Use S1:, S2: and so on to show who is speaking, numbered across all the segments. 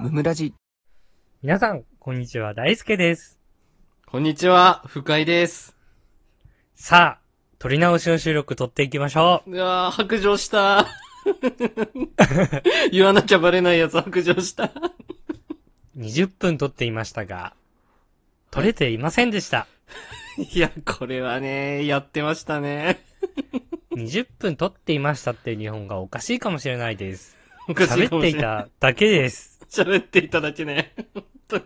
S1: ムラジ。
S2: 皆さん、こんにちは、大輔です。
S3: こんにちは、深井です。
S2: さあ、撮り直しの収録撮っていきましょう。
S3: うわー、白状した。 言わなきゃバレないやつ白状した。
S2: 20分撮っていましたが、撮れていませんでした。
S3: いや、これはね、やってましたね。
S2: 20分撮っていましたっていう日本がおかしいかもしれないです。
S3: おかしいか
S2: 喋っ
S3: も
S2: て
S3: し
S2: い
S3: れない。
S2: ただけです。
S3: 喋っていただけね。本当に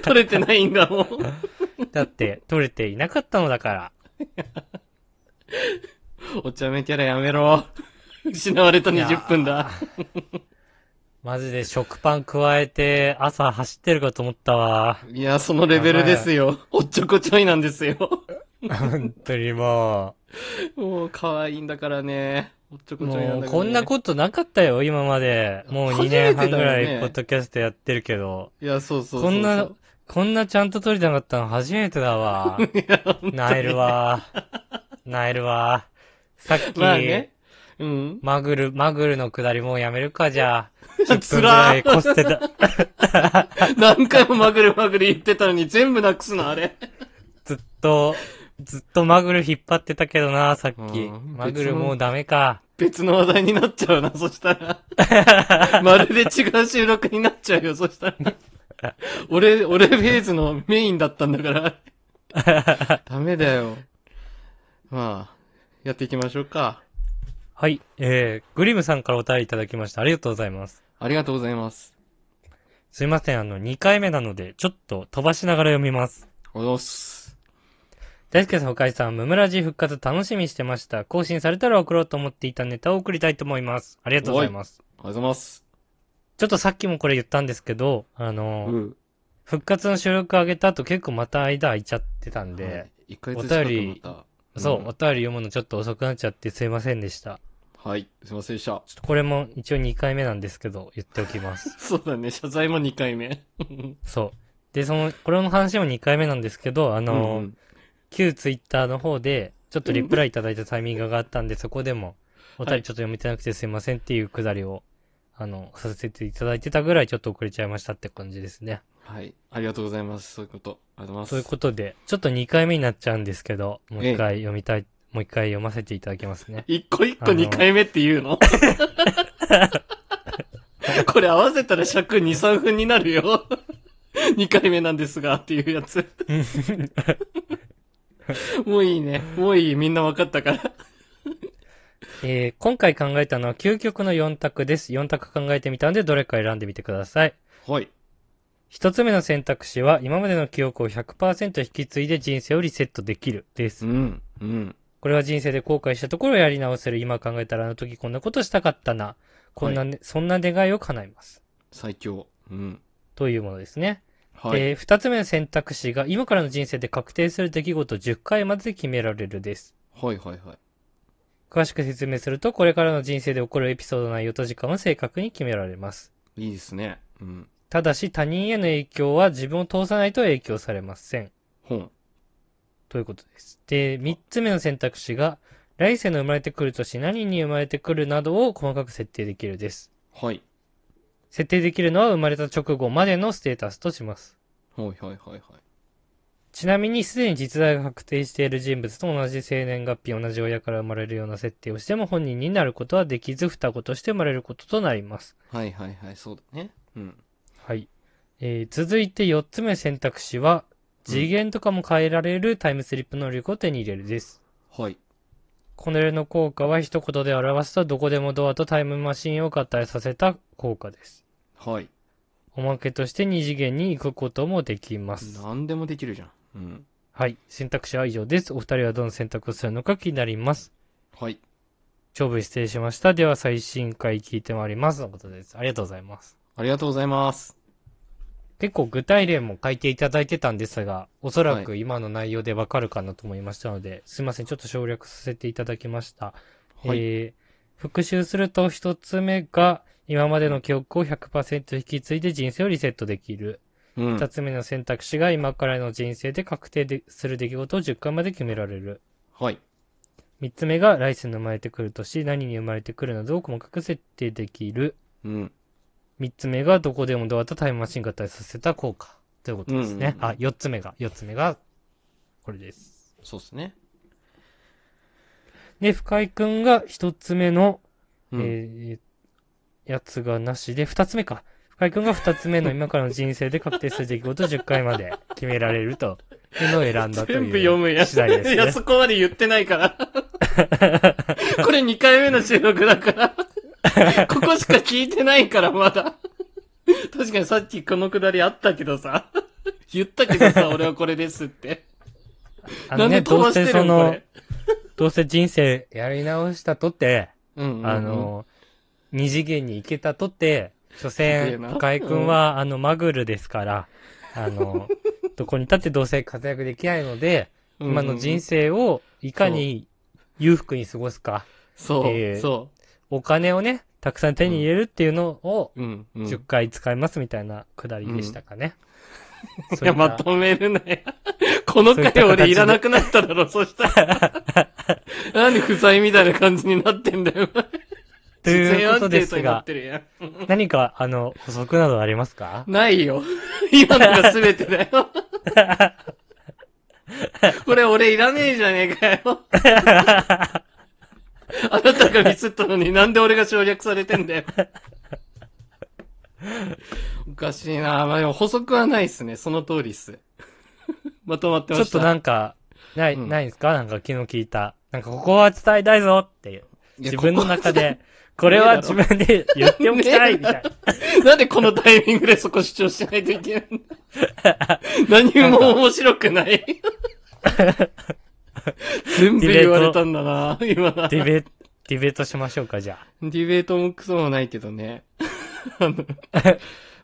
S3: 取れてないんだもん。
S2: だって、撮れていなかったのだから。
S3: お茶目キャラやめろ。失われた
S2: いや
S3: 20分だ。
S2: マジで食パン加えて朝走ってるかと思ったわ。
S3: いや、そのレベルですよ。おっちょこちょいなんですよ。
S2: 本当にも
S3: もう、可愛いんだからね。おっちょ
S2: う、
S3: こちょいなんだから、
S2: も
S3: ね。
S2: うこんなことなかったよ、今まで。もう2年半ぐらいポッドキャストやってるけど。
S3: いや、そうそうそうそ
S2: こ
S3: う
S2: んな、こんなちゃんと撮りたかったの初めてだ わ。なえるわ。なえるわ。さっき、
S3: まあね。うん。
S2: マグル、マグルのくだりもうやめるか、じゃあ。
S3: つ
S2: ぐ
S3: ら
S2: ら
S3: ー
S2: いこす ってた、
S3: 何回もまぐれまぐれ言ってたのに全部なくすな、あれ。
S2: ずっと、ずっとマグル引っ張ってたけどな、さっき。
S3: うん
S2: マグルもうダメか。
S3: 別の話題になっちゃうな、そし たら。まるで違う収録になっちゃうよ、そしたら。俺、俺フェーズのメインだったんだから。 ダメだよ。まあ、やっていきましょうか。
S2: はい。えー、グリムさんからお便りいただきました。ありがとうございます。
S3: ありがとうございます。
S2: すいません、あの、2回目なので、ちょっと飛ばしながら読みます。
S3: おどす。
S2: 大輔さん、おかいさん、ムムラジ復活楽しみにしてました。更新されたら送ろうと思っていたネタを送りたいと思います。ありがとうございます。
S3: おはようございます。
S2: ちょっとさっきもこれ言ったんですけど、あの、
S3: ん。
S2: 復活の収録上げた後結構また間空いちゃってたんで、
S3: 一回ずつ近くなった。
S2: そう、
S3: ん
S2: お便り読むのちょっと遅くなっちゃってすいませんでした。
S3: はい。すいませんでした。
S2: ちょっとこれも一応2回目なんですけど、言っておきます。
S3: そうだね、謝罪も2回目。
S2: そう。で、その、これの話も2回目なんですけど、あ
S3: あ
S2: の、旧ツイッターの方で、ちょっとリプライいただいたタイミングがあったんで、そこでも、お便りちょっと読めてなくてすいませんっていうくだりを、あの、させていただいてたぐらいちょっと遅れちゃいましたって感じですね。
S3: はい。ありがとうございます。そういうこと。ありがとうござ
S2: そうい
S3: い
S2: う
S3: ます。
S2: ことで、ちょっと2回目になっちゃうんですけど、もう
S3: え
S2: 一
S3: え
S2: 回読みたい、もう一回読ませていただきますね。
S3: 一個一
S2: あ
S3: 個
S2: の
S3: 二回目って 言うのこれ合わせたら尺2、3分になるよ。二回目なんですが、っていう やつ。もういいね。もういい。みんな分かったから。
S2: えー今回考えたのは究極の4択です。4択考えてみたんで、どれか選んでみてください。
S3: はい。
S2: 一つ目の選択肢は、今までの記憶を100%引き継いで人生をリセットできるです
S3: う。ん。うん。
S2: これは人生で後悔したところをやり直せる。今考えたらあの時こんなことしたかったな。こんなね、そんな願いを叶えます。
S3: 最強。うん。
S2: というものですね。
S3: はい。
S2: で、二つ目の選択肢が、今からの人生で確定する出来事を10回まで決められるです。
S3: はいはいはい。
S2: 詳しく説明すると、これからの人生で起こるエピソードの内容と時間を正確に決められます。
S3: いいですね。うん。
S2: ただし、他人への影響は自分を通さないと影響されません。
S3: 本。
S2: ということです。で、三つ目の選択肢が、来世の生まれてくる年、何に生まれてくるなどを細かく設定できるです。
S3: はい。
S2: 設定できるのは生まれた直後までのステータスとします。
S3: はいはいはいはい。
S2: ちなみにすでに実在が確定している人物と同じ生年月日、同じ親から生まれるような設定をしても本人になることはできず、双子として生まれることとなります。
S3: はいはいはい。そうだね。うん。
S2: はい。えー、続いて4つ目の選択肢は、
S3: うん
S2: 次元とかも変えられるタイムスリップ能力を手に入れるです。
S3: はい。
S2: この例の効果は一言で表すとどこでもドアとタイムマシンを合体させた効果です。
S3: はい。
S2: おまけとして2次元に行くこともできます。
S3: 何でもできるじゃん。うん。
S2: はい。選択肢は以上です。お二人はどの選択をするのか気になります。
S3: はい。
S2: 長文失礼しました。では最新回聞いてまいります。のことです。ありがとうございます。
S3: ありがとうございます。
S2: 結構具体例も書いていただいてたんですが、おそらく今の内容でわかるかなと思いましたので、すいません。ちょっと省略させていただきました。
S3: はい。
S2: えー復習すると一つ目が、今までの記憶を100%引き継いで人生をリセットできる。
S3: うん
S2: 二つ目の選択肢が、今からの人生で確定でする出来事を10回まで決められる。
S3: はい。
S2: 三つ目が来世に生まれてくる年、何に生まれてくるなどを細かく設定できる。
S3: うん。
S2: 三つ目がどこでもドアとタイムマシン合体させた効果ということですね。
S3: うんうんうん
S2: あ、四つ目が、四つ目が、これです。
S3: そうですね。
S2: で、深井くんが一つ目の、
S3: うん
S2: えーやつがなしで、二つ目か。深井くんが二つ目の今からの人生で確定する出来事を10回まで決められるというのを選んだという。
S3: 全部読むや
S2: 次第です、ね。
S3: いや、そこまで言ってないから。 これ2回目の収録だから。ここしか聞いてないから、まだ。確かにさっきこのくだりあったけどさ。言ったけどさ、俺はこれですって。
S2: あの
S3: な
S2: ね、
S3: んで飛
S2: ど
S3: ば
S2: う
S3: して
S2: せ
S3: る
S2: そ
S3: のこ
S2: の
S3: れ、。
S2: どうせ人生やり直したとって、
S3: うんうんうん
S2: あ、の、二次元に行けたとって、所詮
S3: すげえな
S2: 深井くんは、あの、マグルですから、あ の、どこに立ってどうせ活躍できないので、
S3: うんうん
S2: 今の人。生をいかに裕福に過ごすか、
S3: そう、
S2: えー
S3: そ
S2: お金をね、たくさん手に入れるっていうのを、
S3: う。うん、うん。
S2: 10回使いますみたいなくだりでしたかね。
S3: いや、ま
S2: た
S3: とめるなよ。 この回俺いらなくなっただろ、そしたら。 なんで不在みたいな感じになってんだよ。
S2: ということで
S3: 自然安定
S2: す
S3: にな
S2: が
S3: っ、てるやん。
S2: 何か、あの、補足などありますか
S3: ないよ。 今のが全てだよ。 これ俺いらねえじゃねえかよ。 あなたがミスったのになんで俺が省略されてんだよ。 おかしいなまあでも補足はないっすね。その通りっす。 まとまって
S2: ち
S3: ま
S2: ょ
S3: し。
S2: ったとなんか、ない、
S3: うん
S2: ないんですかなんか昨日聞いた。なんかここは伝えたいぞっていう。
S3: いや
S2: 自分の中で、これは自分で言っておきたいみたい
S3: なんでこのタイミングでそこ主張しないといけないんだ 何も面白 くない。全部言われたんだな、今な。
S2: な。ディベ、ディベートしましょうか、じゃあ。
S3: ディベートもクソもないけどね。あの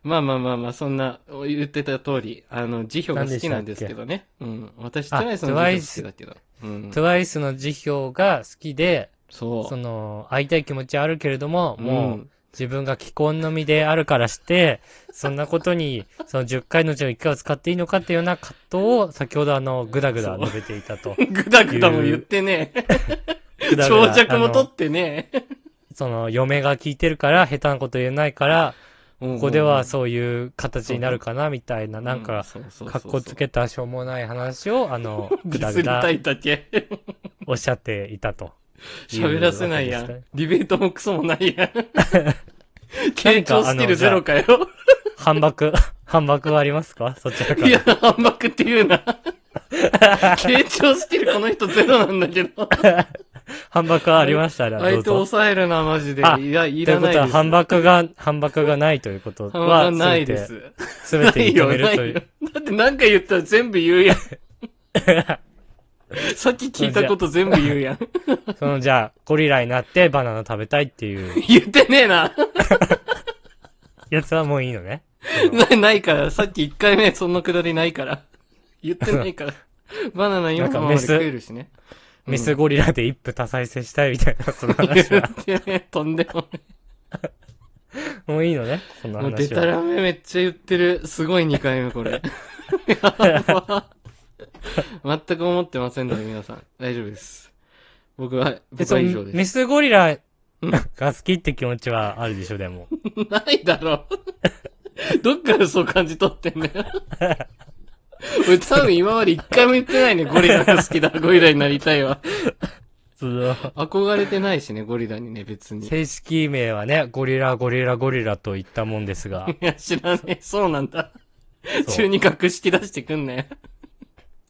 S3: まあまあまあまあ、そんな、言ってた通り、あの、辞表が好きなんですけどね。うん。私、ト
S2: あ
S3: ライスの辞表好きだけど。うん。
S2: TWICE の辞表が好きで、
S3: そ
S2: その、会いたい気持ちはあるけれども、
S3: う。
S2: もう、自分が既婚の身であるからして、そんなことに、その10回のうちの1回を使っていいのかっていうような葛藤を、先ほどあの、ぐだぐだ述べていたと。
S3: うん。ぐだぐだも言ってねえ。
S2: ぐだぐだ
S3: 長尺も取ってねえ。
S2: その、嫁が聞いてるから、下手なこと言えないから、こ
S3: こ
S2: こではそういう形になるかな、みたいな、なんか、
S3: そうそうそうそう
S2: かっこつけたしょうもない話を、あ の、ぐ
S3: デ
S2: だぐ
S3: ィスり
S2: だ
S3: たいだけ。
S2: おっしゃっていたと。
S3: 喋らせないや
S2: い
S3: ん。
S2: うわ
S3: デ
S2: けで
S3: ィベートもクソもない やん。傾聴スキルゼロかよ。
S2: すね。反駁、 反駁はありますかそちらか
S3: いや
S2: ら。、
S3: 反駁って言うな。傾聴スキルこの人ゼロなんだけど。
S2: 反駁はありましたら、どう
S3: 相手
S2: ぞ。
S3: 抑えるな、マジで。
S2: あ
S3: いや、い
S2: という
S3: ら
S2: こ
S3: ない
S2: と
S3: で
S2: は、
S3: す。
S2: 反駁が、反駁がないということ
S3: 反は
S2: は、
S3: ない
S2: すべ
S3: で
S2: て、
S3: す。
S2: すべ
S3: な
S2: て
S3: い
S2: 認
S3: よ、
S2: め
S3: な
S2: る
S3: い
S2: とい
S3: よ
S2: う。。
S3: だって何か言ったら全部言 うやん。さっき聞いたこと全部言うやん。
S2: その、じゃあ、ゴリラになってバナナ食べたいっていう
S3: 言ってねえな。
S2: やつはもういいのね。
S3: なないから、さっき1回目そんなくだりないから。言ってないから。バナナ今のままで食えるしね。
S2: メスゴリラで一夫多妻制したいみたいな、その
S3: 言っ
S2: 話 は。
S3: てね、とんでも
S2: もういいのね、その
S3: ない。もうデ
S2: 話
S3: タ
S2: は。
S3: ラメめっちゃ言ってる。すごい2回目こ れ。やば全く思ってませんので皆さん。大丈夫です。僕は、
S2: で
S3: 僕
S2: そ
S3: は
S2: の
S3: 以上で
S2: メ
S3: す。
S2: スゴリラが好きって気持ちはあるでしょ、でも。
S3: ないだろ。どっからそう感じ取ってんだよ。俺多分今まで一回も言ってないね。ゴリラが好きだ。ゴリラになりたいわ。
S2: その
S3: 憧れてないしね、ゴリラにね、別に。
S2: 正式名はね、ゴリラ、ゴリラ、ゴリラと言ったもんです が、
S3: いや、知らねえ。そうなんだ。
S2: そう
S3: 中に隠しき出してくんね。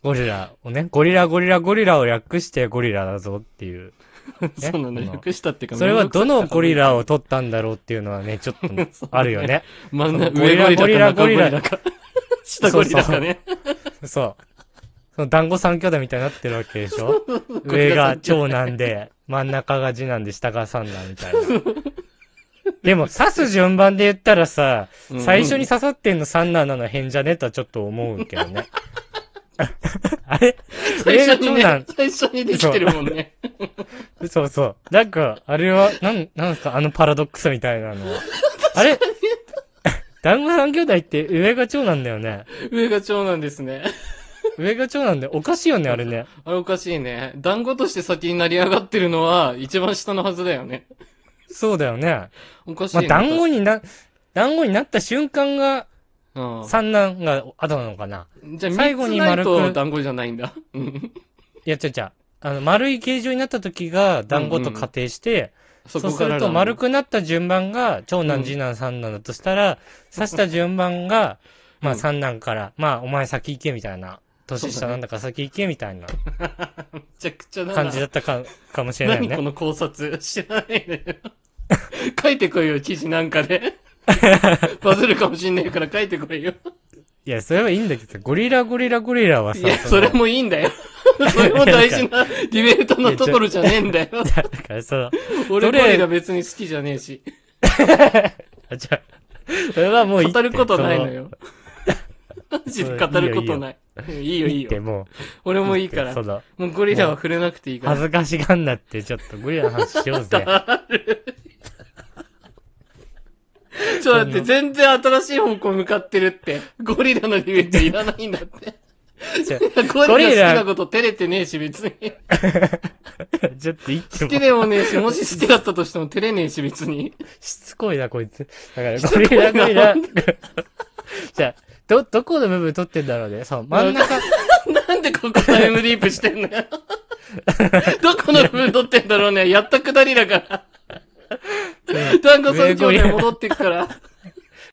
S2: ゴリラをね、ゴリラ、ゴリラ、ゴリラを略してゴリラだぞっていう。ね
S3: そうなんだ。
S2: この
S3: 隠したっていうか、
S2: それはどのゴリ
S3: ラ
S2: ラを取ったんだろうっていうのはね、ちょっとね
S3: そう
S2: あるよね。
S3: 真ん
S2: そ
S3: 中、
S2: のゴリラ
S3: 上ゴリラか
S2: ゴリラ
S3: 中ゴリラか。下ゴリラかね。
S2: そう。その団子三兄弟みたいになってるわけでし ょ上が長男で、真ん中が次男で、下が三男みたいな。でも、刺す順番で言ったらさ、
S3: うん
S2: 最初に刺さってんの三男なの変じゃねとはちょっと思うけどね。 あれ
S3: 最初に
S2: 上が長
S3: ね
S2: 男、
S3: 最初にできてるもんね。
S2: そうそう。なんか、あれは、なん、なんすか、あのパラドックスみたいなの は。あれ 団子三兄弟って上が長男だよね。
S3: 上が長男ですね。
S2: 上が長男で、おかしいよね、あれね。
S3: あれおかしいね。団子として先になり上がってるのは、一番下のはずだよね。
S2: そうだよね。
S3: おかしい
S2: まあ、
S3: ね。
S2: 団子にな、団子になった瞬間が、
S3: うん。
S2: 三男が後なのかな。
S3: じゃ
S2: 最
S3: あ、最
S2: 後
S3: 後
S2: に
S3: に
S2: 丸
S3: 丸
S2: く
S3: と団子じゃないんだ。うん。
S2: いや、ちゃちゃ。あの、丸い形状になった時が団子と仮定して、
S3: そ
S2: そうす
S3: こから
S2: る
S3: だ
S2: と丸。くなった順番が、長男、次男、三男だとしたら、刺した順番が、まあ
S3: うん
S2: 三男から、まあお前先行けみたいな。年下なんだから先行けみたいな
S3: めちゃくちゃだな
S2: 感じだったか、かもしれない
S3: 何
S2: ね
S3: こ。の考察知らないのよ。 書いてこいよ、記事なんかで。バズるかもしんないから書いてこいよ。
S2: いや、それはいいんだけど、ゴリラゴリラゴリラはさ
S3: いや、、
S2: そ
S3: そ
S2: の
S3: れもいいんだよ。 それも大事なディベートのところじゃねえんだよ。
S2: だからその、
S3: 俺
S2: どれ
S3: ゴリラ別に好きじゃねえし。
S2: あじゃあそれはもういいって。
S3: 語ることないのよ。マジで語ることない。うんいい
S2: そ
S3: よ
S2: の。
S3: いい
S2: いいって
S3: よ。
S2: も
S3: 俺
S2: う。
S3: もいいから
S2: そ。の、
S3: もうゴリラは触れなくていいか
S2: 恥
S3: ら。
S2: ずかしがんなって、ちょっとゴリラの話しようぜ。
S3: ちょっと待って、全然新しい方向向かってるって。ゴリラのディベートいらないんだって。
S2: じゃ
S3: ゴリラ好きなこと照れてねえし、別に。
S2: あちょっと言って
S3: 好
S2: も
S3: きでもねえし、もし好きだったとしても照れねえし、別に。
S2: しつこいな、こいつ。だから、
S3: つ
S2: ゴ
S3: こい
S2: リラ
S3: な
S2: ゴリラ。じゃあ、ど、どこの部分取ってんだろうね。そう、真ん中。
S3: なんでここタイムリープしてんのよ。どこの部分取ってんだろうね。やったくだりだから。団子三兄弟戻ってくから。